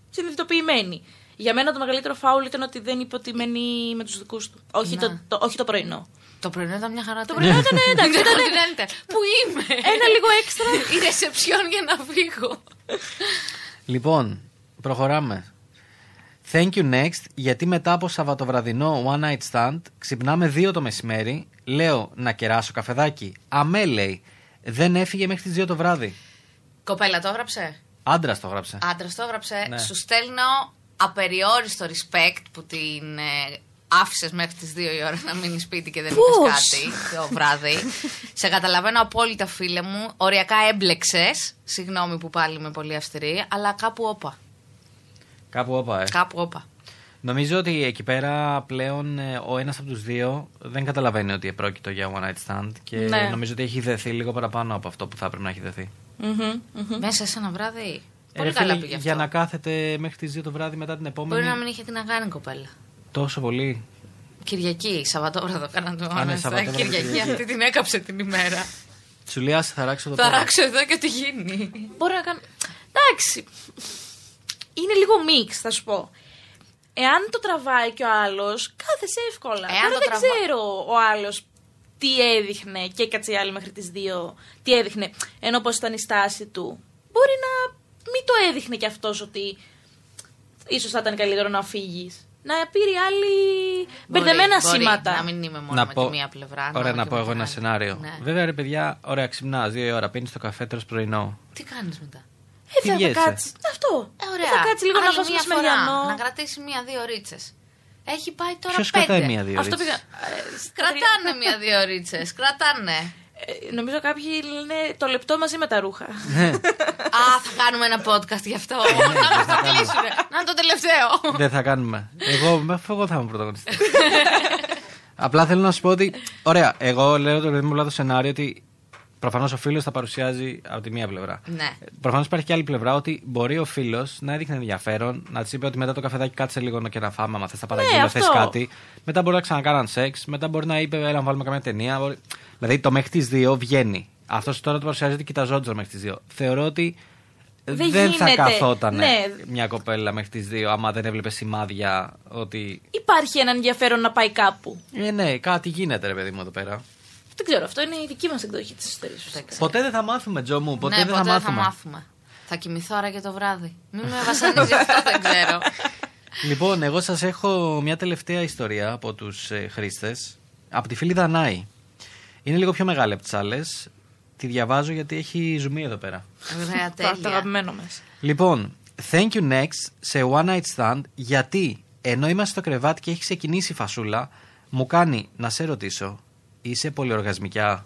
[SPEAKER 4] συνειδητοποιημένη. Για μένα το μεγαλύτερο φάουλ ήταν ότι δεν είπε ότι μένει με τους δικούς του. Όχι, το, το, όχι το πρωινό.
[SPEAKER 3] Το πρωινό ήταν μια χαρά.
[SPEAKER 4] Το πρωινό ήταν, ε, εντάξει,
[SPEAKER 3] Δεν ξέρω
[SPEAKER 4] ήταν,
[SPEAKER 3] τι λένε. Πού είμαι.
[SPEAKER 4] Ένα λίγο έξτρα.
[SPEAKER 3] Η ρεσεψιόν για να φύγω.
[SPEAKER 2] Λοιπόν, προχωράμε. Thank you next, γιατί μετά από σαββατοβραδινό one night stand ξυπνάμε δύο το μεσημέρι. Λέω να κεράσω καφεδάκι. Αμέ λέει, δεν έφυγε μέχρι τις 2 το βράδυ.
[SPEAKER 3] Κοπέλα, το έγραψε.
[SPEAKER 2] Άντρας το γράψε.
[SPEAKER 3] Άντρας το έγραψε.
[SPEAKER 2] Ναι.
[SPEAKER 3] Σου στέλνω απεριόριστο respect που την ε, άφησες μέχρι τις 2 η ώρα να μείνεις σπίτι και δεν
[SPEAKER 4] Πώς?
[SPEAKER 3] είπες κάτι το βράδυ. Σε καταλαβαίνω απόλυτα, φίλε μου. Οριακά έμπλεξες. Συγγνώμη που πάλι είμαι πολύ αυστηρή, αλλά κάπου όπα.
[SPEAKER 2] Κάπου όπα, ε.
[SPEAKER 3] Κάπου όπα.
[SPEAKER 2] Νομίζω ότι εκεί πέρα πλέον ε, ο ένας από τους δύο δεν καταλαβαίνει ότι επρόκειτο για one night stand και
[SPEAKER 4] Ναι.
[SPEAKER 2] νομίζω ότι έχει δεθεί λίγο παραπάνω από αυτό που θα έπρεπε να έχει δεθεί.
[SPEAKER 4] Μμμ, μμμ.
[SPEAKER 3] Μέσα σε ένα βράδυ.
[SPEAKER 2] Ε,
[SPEAKER 3] Πολύ
[SPEAKER 2] ρε
[SPEAKER 3] καλά
[SPEAKER 2] φίλε,
[SPEAKER 3] πήγε αυτό.
[SPEAKER 2] Για να κάθεται μέχρι τις 2 το βράδυ μετά την επόμενη.
[SPEAKER 3] Μπορεί να μην είχε τι να κάνει η κοπέλα.
[SPEAKER 2] Τόσο πολύ.
[SPEAKER 3] Κυριακή, Σαββατόβραδο κάναν το
[SPEAKER 2] Α, ναι,
[SPEAKER 3] Άνεστα.
[SPEAKER 2] Σαββατόβραδο,
[SPEAKER 3] Κυριακή,
[SPEAKER 2] Κυριακή.
[SPEAKER 3] αυτή την έκαψε την ημέρα.
[SPEAKER 2] Σου λέει, άσε, θα ράξω το
[SPEAKER 3] Θα
[SPEAKER 2] τώρα.
[SPEAKER 3] ράξω εδώ και τι γίνει.
[SPEAKER 4] Μπορεί να κάνω. Εντάξει. Είναι λίγο μίξ, θα σου πω. Εάν το τραβάει και ο άλλος, κάθεσαι εύκολα.
[SPEAKER 3] Εάν
[SPEAKER 4] Τώρα
[SPEAKER 3] το
[SPEAKER 4] δεν
[SPEAKER 3] τραβά-
[SPEAKER 4] ξέρω ο άλλος τι έδειχνε και έκατσε η άλλη μέχρι τις δύο. Τι έδειχνε, ενώ πώς ήταν η στάση του. Μπορεί να μην το έδειχνε κι αυτός ότι ίσως θα ήταν καλύτερο να φύγεις. Να πήρε η άλλη μπερδεμένα
[SPEAKER 3] Μπορεί,
[SPEAKER 4] σήματα. Ε,
[SPEAKER 3] Μπορεί, να μην είμαι μόνο με τη μία πλευρά.
[SPEAKER 2] Ωραία,
[SPEAKER 3] είμαι
[SPEAKER 2] να
[SPEAKER 3] και
[SPEAKER 2] πω
[SPEAKER 3] με
[SPEAKER 2] εγώ
[SPEAKER 3] την
[SPEAKER 2] ένα
[SPEAKER 3] άλλη.
[SPEAKER 2] σενάριο.
[SPEAKER 3] Ναι.
[SPEAKER 2] Βέβαια, ρε παιδιά, ωραία, ξυπνάς δύο η ώρα, πίνεις το καφέ, τρως πρωινό.
[SPEAKER 3] Τι κάνεις μετά.
[SPEAKER 4] Ε, θα, θα
[SPEAKER 2] Φυγέσαι.
[SPEAKER 4] κάτσει. Αυτό.
[SPEAKER 3] Ε, ωραία.
[SPEAKER 4] Θα κάτσει λίγο
[SPEAKER 3] Άλλη
[SPEAKER 4] να φας
[SPEAKER 3] μία
[SPEAKER 4] με
[SPEAKER 3] φορά, Να κρατήσει μία-δύο ρίτσες. Έχει πάει τώρα
[SPEAKER 2] Ποιος
[SPEAKER 3] πέντε.
[SPEAKER 2] κρατάει μία-δύο.
[SPEAKER 4] Αυτό πήγα.
[SPEAKER 2] ώρες?
[SPEAKER 4] ε, στα τρία-
[SPEAKER 3] Κρατάνε μία-δύο ρίτσες. Κρατάνε.
[SPEAKER 4] Ε, νομίζω κάποιοι λένε το λεπτό μαζί με τα ρούχα.
[SPEAKER 2] Ναι.
[SPEAKER 3] Α, θα κάνουμε ένα podcast γι' αυτό.
[SPEAKER 2] Ε,
[SPEAKER 3] να μας το κλείσουν. Να είναι το τελευταίο.
[SPEAKER 2] Δεν θα κάνουμε. Εγώ, με- εγώ θα είμαι πρωταγωνιστής. Απλά θέλω να σου πω ότι. Ωραία, εγώ λέω το παιδί μου λέω το σενάριο ότι προφανώς ο φίλος θα παρουσιάζει από τη μία πλευρά.
[SPEAKER 3] Ναι.
[SPEAKER 2] Προφανώς υπάρχει και άλλη πλευρά ότι μπορεί ο φίλος να έδειχνε ενδιαφέρον, να της είπε ότι μετά το καφεδάκι κάτσε λίγο να και να φάμε. Άμα θε, θα παραγγείλω,
[SPEAKER 4] Ναι,
[SPEAKER 2] θες
[SPEAKER 4] αυτό.
[SPEAKER 2] κάτι. Μετά μπορεί να ξανακάναν σεξ, μετά μπορεί να είπε, έλα να βάλουμε καμία ταινία. Μπορεί- Δηλαδή το μέχρι τις δύο βγαίνει. Αυτός τώρα το παρουσιάζει ότι κοιταζόντουσαν μέχρι τις δύο. Θεωρώ ότι
[SPEAKER 4] Δεν
[SPEAKER 2] θα
[SPEAKER 4] γίνεται.
[SPEAKER 2] καθόταν
[SPEAKER 4] Ναι.
[SPEAKER 2] μια κοπέλα μέχρι τις δύο, άμα δεν έβλεπε σημάδια ότι.
[SPEAKER 4] Υπάρχει ένα ενδιαφέρον να πάει κάπου.
[SPEAKER 2] Ε, ναι, κάτι γίνεται, ρε παιδί μου εδώ πέρα.
[SPEAKER 4] Δεν ξέρω, αυτό είναι η δική μας εκδοχή της ιστορίας.
[SPEAKER 2] Ποτέ δεν θα μάθουμε, Τζο μου. Ποτέ
[SPEAKER 3] ναι,
[SPEAKER 2] δεν
[SPEAKER 3] ποτέ
[SPEAKER 2] θα μάθουμε.
[SPEAKER 3] θα μάθουμε. Θα κοιμηθώ άρα και το βράδυ. Μην με βασανίζεις αυτό, δεν ξέρω.
[SPEAKER 2] Λοιπόν, εγώ σας έχω μια τελευταία ιστορία από τους ε, χρήστες. Από τη φίλη Δανάη. Είναι λίγο πιο μεγάλη από τις άλλες. Τη διαβάζω γιατί έχει ζουμί εδώ πέρα.
[SPEAKER 3] Ωραία,
[SPEAKER 4] Το το
[SPEAKER 3] τέλεια.
[SPEAKER 4] αγαπημένο μας.
[SPEAKER 2] Λοιπόν, thank you next σε one night stand γιατί ενώ είμαστε στο κρεβάτι και έχει ξεκινήσει η φασούλα, μου κάνει να σε ρωτήσω, είσαι πολυοργασμικιά.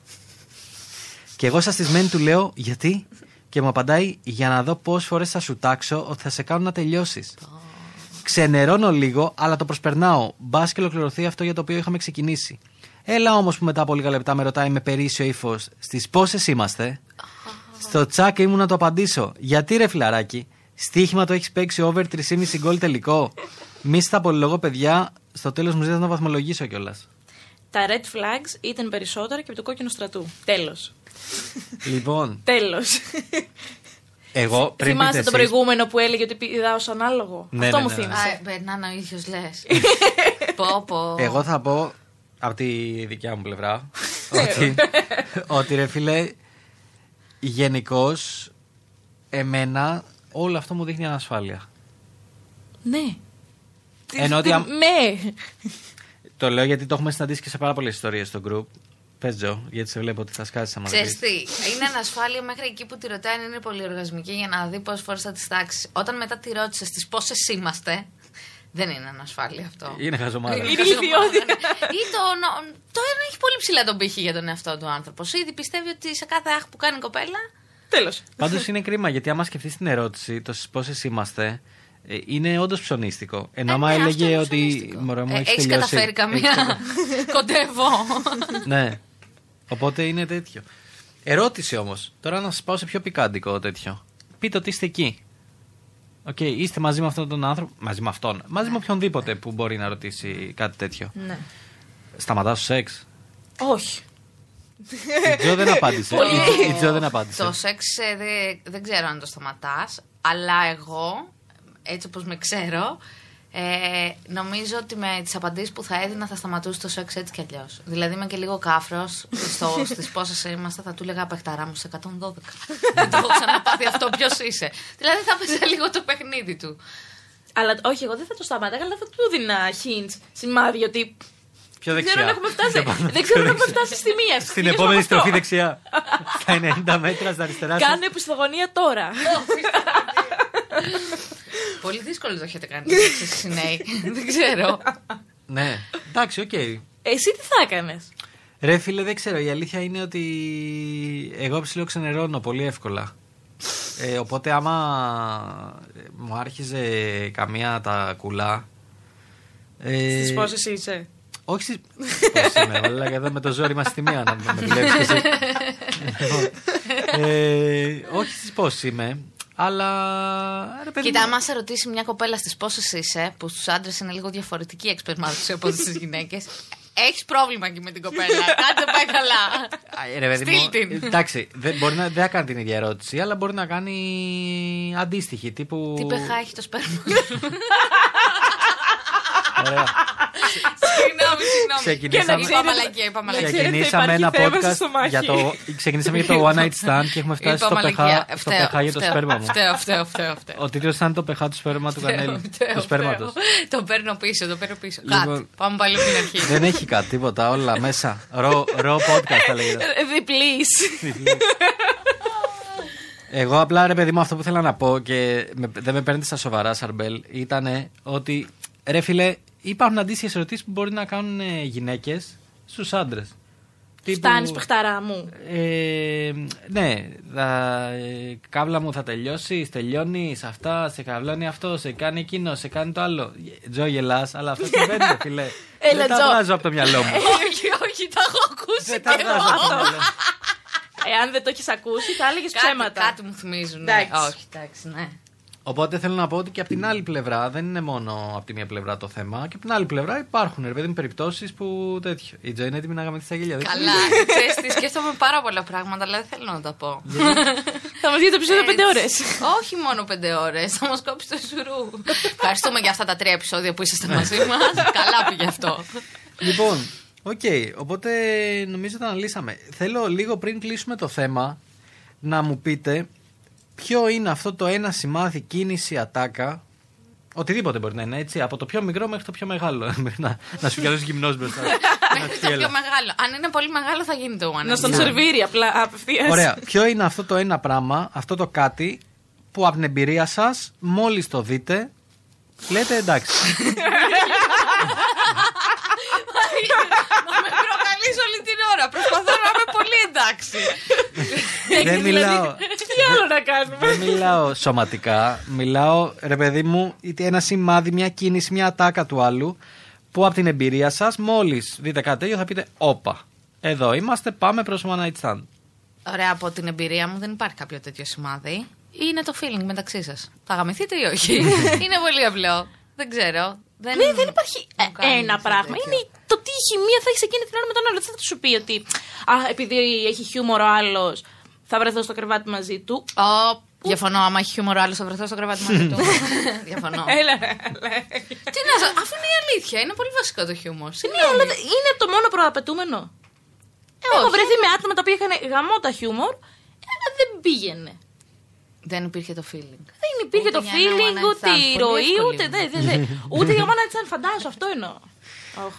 [SPEAKER 2] και εγώ σαστισμένη του λέω, γιατί? Και μου απαντάει, για να δω πόσες φορές θα σου τάξω ότι θα σε κάνω να τελειώσεις. Ξενερώνω λίγο, αλλά το προσπερνάω. Μπας και ολοκληρωθεί αυτό για το οποίο είχαμε ξεκινήσει. Έλα όμως που μετά από λίγα λεπτά με ρωτάει με περίσσιο ύφος, στις πόσες είμαστε. Στο τσάκ ήμουν να το απαντήσω. Γιατί ρε φιλαράκι, στοίχημα το έχεις παίξει over 3,5 γκολ τελικό. Μη στα πολυλογώ, παιδιά, στο τέλος μου ζήτησε να βαθμολογήσω κιόλας.
[SPEAKER 4] Τα red flags ήταν περισσότερα και από το κόκκινο στρατού. Τέλος.
[SPEAKER 2] λοιπόν,
[SPEAKER 4] Τέλος.
[SPEAKER 2] εγώ πριν πείτε
[SPEAKER 4] Θυμάστε
[SPEAKER 2] εσείς,
[SPEAKER 4] τον προηγούμενο που έλεγε ότι πηδάω σαν άλογο.
[SPEAKER 2] Ναι,
[SPEAKER 4] Αυτό
[SPEAKER 2] ναι,
[SPEAKER 4] μου
[SPEAKER 2] ναι, ναι.
[SPEAKER 4] θύμισε.
[SPEAKER 3] Α, ε, Περνάνε ο ίδιο λες. Πω, πω.
[SPEAKER 2] Εγώ θα πω από τη δικιά μου πλευρά
[SPEAKER 3] Ναι,
[SPEAKER 2] ότι, ότι ρε φίλε, γενικώς εμένα όλο αυτό μου δείχνει ανασφάλεια.
[SPEAKER 4] Ναι. Τι-
[SPEAKER 2] Ε, Ενώ ότι
[SPEAKER 4] τι-
[SPEAKER 2] αν-
[SPEAKER 4] Ναι.
[SPEAKER 2] Το λέω γιατί το έχουμε συναντήσει και σε πάρα πολλές ιστορίες στο group. Πες Τζο, γιατί σε βλέπω ότι θα σκάσεις άμα δεν
[SPEAKER 3] Ξέρεις τι, είναι ανασφάλεια μέχρι εκεί που τη ρωτάει αν είναι πολυοργασμική για να δει πόσες φορές θα της τάξει. Όταν μετά τη ρώτησες τις πόσες είμαστε, δεν είναι ανασφάλεια αυτό.
[SPEAKER 2] πεις. Είναι χαζομάρα.
[SPEAKER 4] Είναι ηλικιότητα.
[SPEAKER 3] Ή το, νο- το ένα έχει πολύ ψηλά τον πύχη για τον εαυτό του άνθρωπος. Ήδη πιστεύει ότι σε κάθε αχ που κάνει η κοπέλα.
[SPEAKER 4] Τέλος.
[SPEAKER 2] Πάντως είναι κρίμα γιατί άμα σκεφτείς την ερώτηση, το στις πόσες είμαστε, ε, είναι όντως ψωνίστικο. Ενώ
[SPEAKER 3] Ε,
[SPEAKER 2] άμα
[SPEAKER 3] ναι, αυτό
[SPEAKER 2] έλεγε
[SPEAKER 3] είναι
[SPEAKER 2] ότι.
[SPEAKER 3] ψωνίστικο.
[SPEAKER 2] Μωρέ μου,
[SPEAKER 3] Ε,
[SPEAKER 2] έχεις
[SPEAKER 3] έχεις
[SPEAKER 2] τελειώσει.
[SPEAKER 3] καταφέρει καμία.
[SPEAKER 2] Έχεις-
[SPEAKER 3] Κοντεύω.
[SPEAKER 2] ναι. Οπότε είναι τέτοιο. Ερώτηση όμως. Τώρα να σας πάω σε πιο πικάντικο τέτοιο. Πείτε ότι είστε εκεί. Οκ, είστε μαζί με αυτόν τον άνθρωπο. Μαζί με αυτόν. Μαζί με οποιονδήποτε που μπορεί να ρωτήσει κάτι τέτοιο.
[SPEAKER 4] Ναι.
[SPEAKER 2] Σταματάς στο σεξ.
[SPEAKER 4] Όχι.
[SPEAKER 2] Η Τζο δεν απάντησε.
[SPEAKER 4] Πολύ.
[SPEAKER 2] Η Τζο- Η Τζο δεν απάντησε.
[SPEAKER 3] Ε, Το σεξ ε, δε- δεν ξέρω αν το σταματάς, αλλά εγώ, έτσι όπως με ξέρω, ε, νομίζω ότι με τις απαντήσεις που θα έδινα θα σταματούσε το σεξ έτσι κι αλλιώς. Δηλαδή είμαι και λίγο κάφρος στις πόσες είμαστε, θα του έλεγα παιχταρά μου σε 112. Δεν το έχω ξαναπάθει αυτό, ποιος είσαι. Δηλαδή θα παίζα λίγο το παιχνίδι του.
[SPEAKER 4] Αλλά όχι, εγώ δεν θα το σταματάγα, αλλά θα του δίνα hints, σημάδι ότι.
[SPEAKER 2] Πιο
[SPEAKER 4] Δεν
[SPEAKER 2] δεξιά.
[SPEAKER 4] ξέρω αν έχουμε φτάσει.
[SPEAKER 2] Πιο πάνω,
[SPEAKER 4] δεν ξέρω αν
[SPEAKER 2] πιο
[SPEAKER 4] έχουμε
[SPEAKER 2] δεξιά.
[SPEAKER 4] φτάσει στη μία.
[SPEAKER 2] Στην
[SPEAKER 4] Τελειώσαμε
[SPEAKER 2] επόμενη
[SPEAKER 4] αυτό.
[SPEAKER 2] στροφή δεξιά. Στα 90 μέτρα, στα αριστερά. σας.
[SPEAKER 4] Κάνε πιστογωνία τώρα.
[SPEAKER 3] Πολύ δύσκολο το έχετε κάνει το σεξ εσείς οι νέοι. Δεν ξέρω.
[SPEAKER 2] Ναι. Εντάξει, οκ.
[SPEAKER 4] Εσύ τι θα έκανες.
[SPEAKER 2] Ρε φίλε, δεν ξέρω. Η αλήθεια είναι ότι εγώ ψηλό ξενερώνω πολύ εύκολα. Ε, οπότε άμα ε, μου άρχιζε καμία τα κουλά. Ε,
[SPEAKER 4] Στις πόσες είσαι.
[SPEAKER 2] Όχι στις... Πώς είμαι, μαλάκα, εδώ με το ζόρι μας στη μία να με δουλεύεις και εσύ. Λοιπόν, ε, όχι στις πώς είμαι, αλλά... Ρε, παιδί
[SPEAKER 3] Κοίτα,
[SPEAKER 2] μου,
[SPEAKER 3] άμα σε ρωτήσει μια κοπέλα στις πόσες είσαι, που στους άντρες είναι λίγο διαφορετική η εξπερμάτωση από στι γυναίκες, έχεις πρόβλημα εκεί με την κοπέλα. Κάτι δεν πάει καλά.
[SPEAKER 2] Α, Ρε, παιδί μου,
[SPEAKER 3] στείλ την.
[SPEAKER 2] εντάξει, δεν, μπορεί να, δεν θα κάνει την ίδια ερώτηση, αλλά μπορεί να κάνει αντίστοιχη, τύπου...
[SPEAKER 3] Τι πεχά έχει το σπέρμα.
[SPEAKER 2] Ωραία.
[SPEAKER 3] Συγγνώμη, συγγνώμη.
[SPEAKER 2] Ξεκινήσαμε-
[SPEAKER 3] Και να Είπα
[SPEAKER 4] ξέρετε-
[SPEAKER 3] μαλακία, είπα μαλακία.
[SPEAKER 4] ξέρετε,
[SPEAKER 2] Ξεκινήσαμε ένα
[SPEAKER 4] υπάρχει θέρμανση στο
[SPEAKER 2] podcast
[SPEAKER 4] μάχη.
[SPEAKER 2] για το, ξεκινήσαμε για το One Night Stand και έχουμε φτάσει
[SPEAKER 3] Είπα
[SPEAKER 2] στο
[SPEAKER 3] Λοιπόν, μαλακία.
[SPEAKER 2] πεχά, στο
[SPEAKER 3] Φταίω,
[SPEAKER 2] πεχά για το
[SPEAKER 3] φταίω,
[SPEAKER 2] σπέρμα μου.
[SPEAKER 3] Φταίω, φταίω, φταίω. φταίω.
[SPEAKER 2] Ο τίτλος ήταν το πεχά του σπέρμα του Κανέλη.
[SPEAKER 3] Φταίω,
[SPEAKER 2] Του σπέρματος.
[SPEAKER 3] φταίω. Το παίρνω πίσω, το παίρνω πίσω.
[SPEAKER 2] Λοιπόν.
[SPEAKER 3] Κάτι. Πάμε πάλι από την αρχή.
[SPEAKER 2] Δεν έχει κάτι, τίποτα, όλα μέσα. Ρο, ρο podcast τα λέγεται.
[SPEAKER 4] Ε, Διπλής.
[SPEAKER 2] Εγώ απλά ρε παιδί μου αυτό που ήθελα να πω και με- δεν με παίρνετε στα σοβαρά, Σαρμπέλ, ήταν ότι ρε φίλε, υπάρχουν αντίστοιχες ερωτήσεις που μπορεί να κάνουν ε, γυναίκες στους άντρες.
[SPEAKER 4] Φτάνεις, παιχταρά μου.
[SPEAKER 2] Ε, ναι, θα, ε, κάβλα μου θα τελειώσεις, τελειώνεις αυτά, σε καβλώνει αυτό, σε κάνει εκείνο, σε κάνει το άλλο. Τζο γελάς, αλλά αυτό συμβαίνει, ρε φίλε.
[SPEAKER 4] Έλα,
[SPEAKER 2] Δεν τα
[SPEAKER 4] Τζο.
[SPEAKER 2] βγάζω από το μυαλό
[SPEAKER 4] Ε,
[SPEAKER 2] μου.
[SPEAKER 3] Όχι, όχι, τα έχω ακούσει.
[SPEAKER 2] Δεν τα
[SPEAKER 3] κι εγώ.
[SPEAKER 2] βγάζω από το μυαλό μου.
[SPEAKER 4] Εάν δεν το έχεις ακούσει, θα έλεγες
[SPEAKER 3] Κάτι-
[SPEAKER 4] ψέματα.
[SPEAKER 3] Κάτι μου θυμίζουν. ναι.
[SPEAKER 4] Εντάξει.
[SPEAKER 3] Όχι, εντάξει, ναι.
[SPEAKER 2] Οπότε θέλω να πω ότι και από την άλλη πλευρά δεν είναι μόνο από τη μία πλευρά το θέμα. Και από την άλλη πλευρά υπάρχουν ρε παιδί μου περιπτώσεις που τέτοιο. Η Τζο είναι έτοιμη να γαμηθεί στα γέλια. δεν
[SPEAKER 3] Καλά, ξέρεις τι, σκέφτομαι πάρα πολλά πράγματα, αλλά δεν θέλω να τα πω.
[SPEAKER 4] Θα μας δείτε
[SPEAKER 2] Ε,
[SPEAKER 4] επεισόδιο
[SPEAKER 3] Έτσι.
[SPEAKER 4] πέντε ώρες.
[SPEAKER 2] ναι.
[SPEAKER 3] Όχι μόνο πέντε ώρες. Θα μας κόψει το σουρού. Ευχαριστούμε για αυτά τα τρία επεισόδια που ήσασταν μαζί μας. Καλά πήγε αυτό.
[SPEAKER 2] Λοιπόν, οκ. Οπότε νομίζω τα αναλύσαμε. Θέλω λίγο πριν κλείσουμε το θέμα να μου πείτε ποιο είναι αυτό το ένα σημάδι κίνηση ατάκα. Οτιδήποτε μπορεί να είναι έτσι, από το πιο μικρό μέχρι το πιο μεγάλο. να, να σου πιάσει γυμνός μπροστά. Να
[SPEAKER 3] Μέχρι
[SPEAKER 2] σου πει,
[SPEAKER 3] το πιο
[SPEAKER 2] «Έλα».
[SPEAKER 3] μεγάλο. Αν είναι πολύ μεγάλο, θα γίνει το one.
[SPEAKER 4] Να στον
[SPEAKER 3] Ναι.
[SPEAKER 4] σερβίρει απλά απευθείας.
[SPEAKER 2] Ωραία. Ποιο είναι αυτό το ένα πράγμα, αυτό το κάτι που από την εμπειρία σας, μόλις το δείτε, λέτε εντάξει.
[SPEAKER 3] Μα με προκαλεί όλη την ώρα. Προσπαθώ να είμαι πολύ εντάξει.
[SPEAKER 4] Δηλαδή,
[SPEAKER 2] δεν μιλάω.
[SPEAKER 4] Ε, Τι άλλο να κάνουμε.
[SPEAKER 2] Δεν μιλάω σωματικά. Μιλάω, ρε παιδί μου, είτε ένα σημάδι, μια κίνηση, μια ατάκα του άλλου που από την εμπειρία σας, μόλις δείτε κάτι τέτοιο, θα πείτε Όπα. Εδώ είμαστε, πάμε προς One Night Stand.
[SPEAKER 3] Ωραία, από την εμπειρία μου δεν υπάρχει κάποιο τέτοιο σημάδι. Είναι το feeling μεταξύ σας. Θα γαμηθείτε ή όχι. είναι πολύ απλό. Δεν ξέρω. Δεν...
[SPEAKER 4] Ναι, δεν υπάρχει ε,
[SPEAKER 3] μου κάνει
[SPEAKER 4] ένα
[SPEAKER 3] σαν
[SPEAKER 4] πράγμα.
[SPEAKER 3] τέτοιο.
[SPEAKER 4] Είναι το τι χημεία θα έχει εκείνη την ώρα με τον άλλο. Δεν θα σου πει ότι α, επειδή έχει χιούμορ ο άλλος, θα βρεθώ στο κρεβάτι μαζί του.
[SPEAKER 3] Ω, Διαφωνώ, άμα έχει χιούμορ άλλος θα βρεθώ στο κρεβάτι μαζί του. Διαφωνώ.
[SPEAKER 4] Έλα, έλα.
[SPEAKER 3] Τι να σα. Αφού είναι η αλήθεια, είναι πολύ βασικό το χιούμορ.
[SPEAKER 4] Ναι, αλλά δεν- είναι το μόνο προαπαιτούμενο. Έχω
[SPEAKER 3] Ε, όχι.
[SPEAKER 4] βρεθεί με άτομα τα οποία είχαν γαμώτα χιούμορ, αλλά δεν πήγαινε.
[SPEAKER 3] Δεν υπήρχε το feeling.
[SPEAKER 4] Δεν υπήρχε
[SPEAKER 3] Ούτε
[SPEAKER 4] το
[SPEAKER 3] για ένα one
[SPEAKER 4] feeling,
[SPEAKER 3] night
[SPEAKER 4] ούτε
[SPEAKER 3] stand.
[SPEAKER 4] η
[SPEAKER 3] Πολύ
[SPEAKER 4] ροή,
[SPEAKER 3] εύκολη
[SPEAKER 4] ούτε.
[SPEAKER 3] είναι.
[SPEAKER 4] Δε, δε, δε. ούτε για μάνα σαν φαντάζω, αυτό εννοώ. Οχ.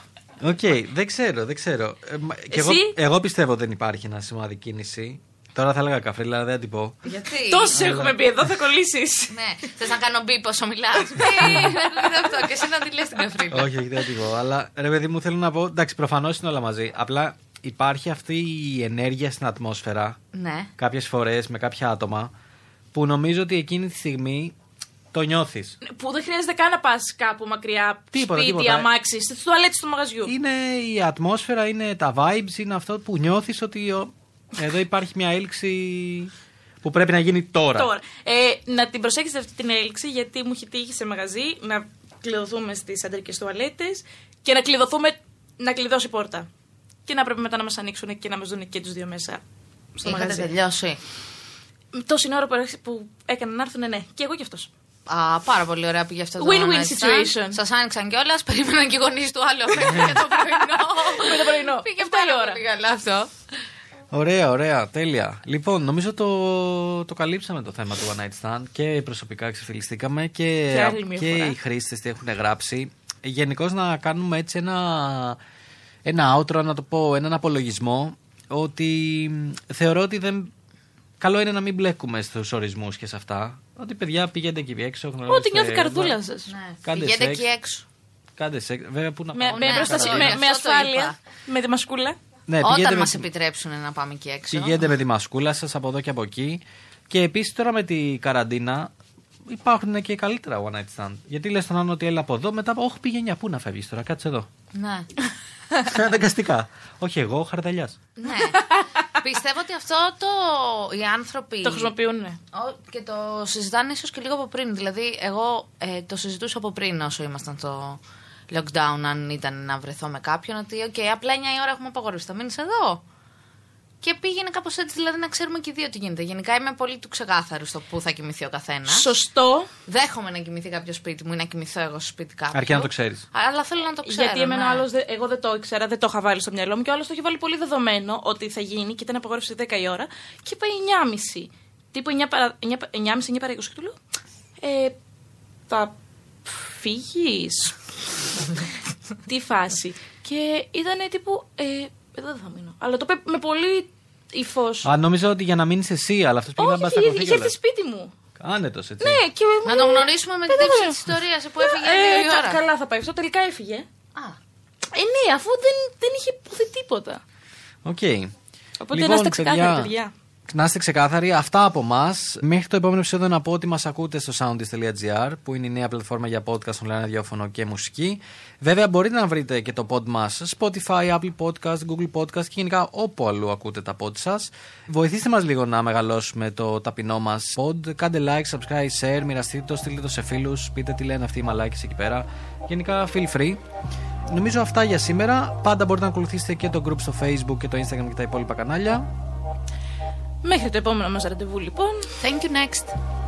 [SPEAKER 2] Οκ, δεν ξέρω, δεν ξέρω. Ε, μα- κι εγώ,
[SPEAKER 4] Εσύ?
[SPEAKER 2] εγώ πιστεύω δεν υπάρχει ένα σημάδι κίνηση. Τώρα θα έλεγα καφρίλα, αλλά δεν την πω.
[SPEAKER 3] Γιατί.
[SPEAKER 4] Τόσε έχουμε πει εδώ, θα κολλήσεις.
[SPEAKER 3] Ναι, θες να κάνω μπίπ όσο μιλάς.
[SPEAKER 4] Ναι.
[SPEAKER 3] ακούγεται αυτό. Και εσύ να τη λες την καφρίλα.
[SPEAKER 2] όχι, όχι, δεν την πω. Αλλά ρε παιδί μου, θέλω να πω. Εντάξει, προφανώς είναι όλα μαζί. Απλά υπάρχει αυτή η ενέργεια στην ατμόσφαιρα
[SPEAKER 3] Ναι.
[SPEAKER 2] κάποιες φορές με κάποια άτομα που νομίζω ότι εκείνη τη στιγμή Το νιώθεις.
[SPEAKER 4] Που δεν χρειάζεται καν να πας κάπου μακριά.
[SPEAKER 2] Τίποτα,
[SPEAKER 4] σπίτι,
[SPEAKER 2] τίποτα.
[SPEAKER 4] αμάξι, στι τουαλέτε του μαγαζιού.
[SPEAKER 2] Είναι η ατμόσφαιρα, είναι τα vibes, είναι αυτό που νιώθεις ότι ο, εδώ υπάρχει μια έλξη που πρέπει να γίνει τώρα.
[SPEAKER 4] Τώρα, ε, να την προσέξετε αυτή την έλξη, γιατί μου έχει τύχει σε μαγαζί να κλειδωθούμε στις αντρικές τουαλέτες και να κλειδωθούμε να κλειδώσει η πόρτα. Και να πρέπει μετά να μας ανοίξουν και να μας δουν και τους δύο μέσα στο
[SPEAKER 3] Είχατε
[SPEAKER 4] μαγαζί.
[SPEAKER 3] τελειώσει.
[SPEAKER 4] Τόση ώρα που, έρχεσαι- που έκαναν να έρθουν, ναι, και εγώ κι αυτός.
[SPEAKER 3] Α, πάρα πολύ ωραία πήγε αυτό το
[SPEAKER 4] Win-win
[SPEAKER 3] one night
[SPEAKER 4] situation.
[SPEAKER 3] stand. Σας άνοιξαν κιόλας. Περίμεναν και οι γονείς του άλλου απέναντι για το πρωινό.
[SPEAKER 4] Με το πρωινό.
[SPEAKER 3] πήγε
[SPEAKER 4] Εφτά η
[SPEAKER 3] πάρα
[SPEAKER 4] ώρα.
[SPEAKER 3] πολύ καλά αυτό.
[SPEAKER 2] Ωραία, ωραία, τέλεια. Λοιπόν, νομίζω το, το καλύψαμε το θέμα του One Night Stand και προσωπικά ξεφυλιστήκαμε και,
[SPEAKER 4] Και άλλη μια φορά.
[SPEAKER 2] οι χρήστες τι έχουν γράψει. Γενικώς να κάνουμε έτσι ένα, ένα outro, να το πω, έναν απολογισμό ότι μ, θεωρώ ότι δεν. Καλό είναι να μην μπλέκουμε στους ορισμούς και σε αυτά. Ότι παιδιά πηγαίνετε εκεί έξω. γνωρίστε-
[SPEAKER 4] Ό,τι νιώθει η
[SPEAKER 2] ναι.
[SPEAKER 4] καρδούλα σας.
[SPEAKER 3] Ναι.
[SPEAKER 2] Κάντε
[SPEAKER 3] Πηγαίνετε
[SPEAKER 2] σεξ.
[SPEAKER 3] εκεί έξω.
[SPEAKER 2] Κάντε σεξ. Βέβαια, πού να
[SPEAKER 4] Με,
[SPEAKER 2] πάμε.
[SPEAKER 4] με,
[SPEAKER 3] ναι,
[SPEAKER 4] προστασία-
[SPEAKER 3] καλά,
[SPEAKER 4] με-
[SPEAKER 3] αυτό
[SPEAKER 4] με
[SPEAKER 3] το
[SPEAKER 4] ασφάλεια.
[SPEAKER 3] είπα.
[SPEAKER 4] Με τη μασκούλα.
[SPEAKER 2] Ναι, πηγαίνετε
[SPEAKER 3] Όταν
[SPEAKER 2] με-
[SPEAKER 3] μα επιτρέψουν να πάμε εκεί έξω.
[SPEAKER 2] Πηγαίνετε με τη μασκούλα σας από εδώ και από εκεί. Και επίσης τώρα με τη καραντίνα υπάρχουν και καλύτερα one night stand. Γιατί λες τον άλλο ότι έλα από εδώ, μετά όχι πηγαίνει πού να φεύγεις τώρα, κάτσε εδώ.
[SPEAKER 3] Ναι.
[SPEAKER 2] Αναγκαστικά. όχι εγώ, χαρδαλιά.
[SPEAKER 3] ναι. Πιστεύω ότι αυτό το. Οι άνθρωποι.
[SPEAKER 4] Το χρησιμοποιούν. ναι.
[SPEAKER 3] Ο- Και το συζητάνε ίσως και λίγο από πριν. Δηλαδή, εγώ ε, το συζητούσα από πριν όσο ήμασταν το lockdown, αν ήταν να βρεθώ με κάποιον, ότι οκ, απλά 9 η ώρα έχουμε απαγορεύσει. Θα μείνεις εδώ. Και πήγαινε κάπως έτσι, δηλαδή να ξέρουμε και οι δύο τι γίνεται. Γενικά είμαι πολύ του ξεκάθαρου στο πού θα κοιμηθεί ο καθένας.
[SPEAKER 4] Σωστό.
[SPEAKER 3] Δέχομαι να κοιμηθεί κάποιος σπίτι μου ή να κοιμηθώ εγώ στο σπίτι κάποιου.
[SPEAKER 2] Αρκεί να το ξέρεις.
[SPEAKER 3] Αλλά θέλω να το ξέρω.
[SPEAKER 4] γιατί εμένα
[SPEAKER 3] ναι.
[SPEAKER 4] ο άλλος δεν- εγώ δεν το ήξερα, δεν το είχα βάλει στο μυαλό μου και ο άλλος το είχε βάλει πολύ δεδομένο ότι θα γίνει και ήταν απαγόρευση 10 η ώρα και είπα 9.30. Τύπου 9 παρα, 9, 9.30, 9 παρα 20 και του λέω ε, Θα φύγεις. Τι φάση. Και ήταν τύπου ε, Εδώ δεν θα μείνω. Αλλά το είπε με πολύ υφό.
[SPEAKER 2] Α, νόμιζα ότι για να μείνεις εσύ, αλλά αυτός πήγε να
[SPEAKER 4] Όχι,
[SPEAKER 2] πας στα
[SPEAKER 4] είχε- είχε
[SPEAKER 2] κοφή.
[SPEAKER 4] έρθει σπίτι μου.
[SPEAKER 2] Άνετο έτσι.
[SPEAKER 4] Ναι, και μου
[SPEAKER 3] Να το
[SPEAKER 4] λέει,
[SPEAKER 3] γνωρίσουμε με τη
[SPEAKER 4] «Δεν θα
[SPEAKER 3] τύψη
[SPEAKER 4] μείνω».
[SPEAKER 3] της ιστορίας που έφυγε
[SPEAKER 4] Ε,
[SPEAKER 3] δύο η
[SPEAKER 4] κα-
[SPEAKER 3] ώρα.
[SPEAKER 4] Καλά θα πάει αυτό. Τελικά έφυγε.
[SPEAKER 3] Α,
[SPEAKER 4] Ε, ναι, αφού δεν, δεν είχε υποθεί τίποτα.
[SPEAKER 2] Οκ.
[SPEAKER 4] Οπότε
[SPEAKER 2] Λοιπόν,
[SPEAKER 4] να είστε ξεκάθαροι, παιδιά.
[SPEAKER 2] Να είστε ξεκάθαροι, αυτά από εμά. Μέχρι το επόμενο επεισόδιο να πω ότι μας ακούτε στο soundis.gr που είναι η νέα πλατφόρμα για podcast, online ραδιόφωνο και μουσική. Βέβαια, μπορείτε να βρείτε και το pod μας Spotify, Apple Podcast, Google Podcast και γενικά όπου αλλού ακούτε τα pod σας. Βοηθήστε μας λίγο να μεγαλώσουμε το ταπεινό μας pod. Κάντε like, subscribe, share, μοιραστείτε το, στείλτε το σε φίλους, πείτε τι λένε αυτοί οι μαλάκες εκεί πέρα. Γενικά, feel free. Νομίζω αυτά για σήμερα. Πάντα μπορείτε να ακολουθήσετε και το group στο Facebook και το Instagram και τα υπόλοιπα κανάλια.
[SPEAKER 4] Μέχρι το επόμενο μας ραντεβού, λοιπόν.
[SPEAKER 3] thank you next.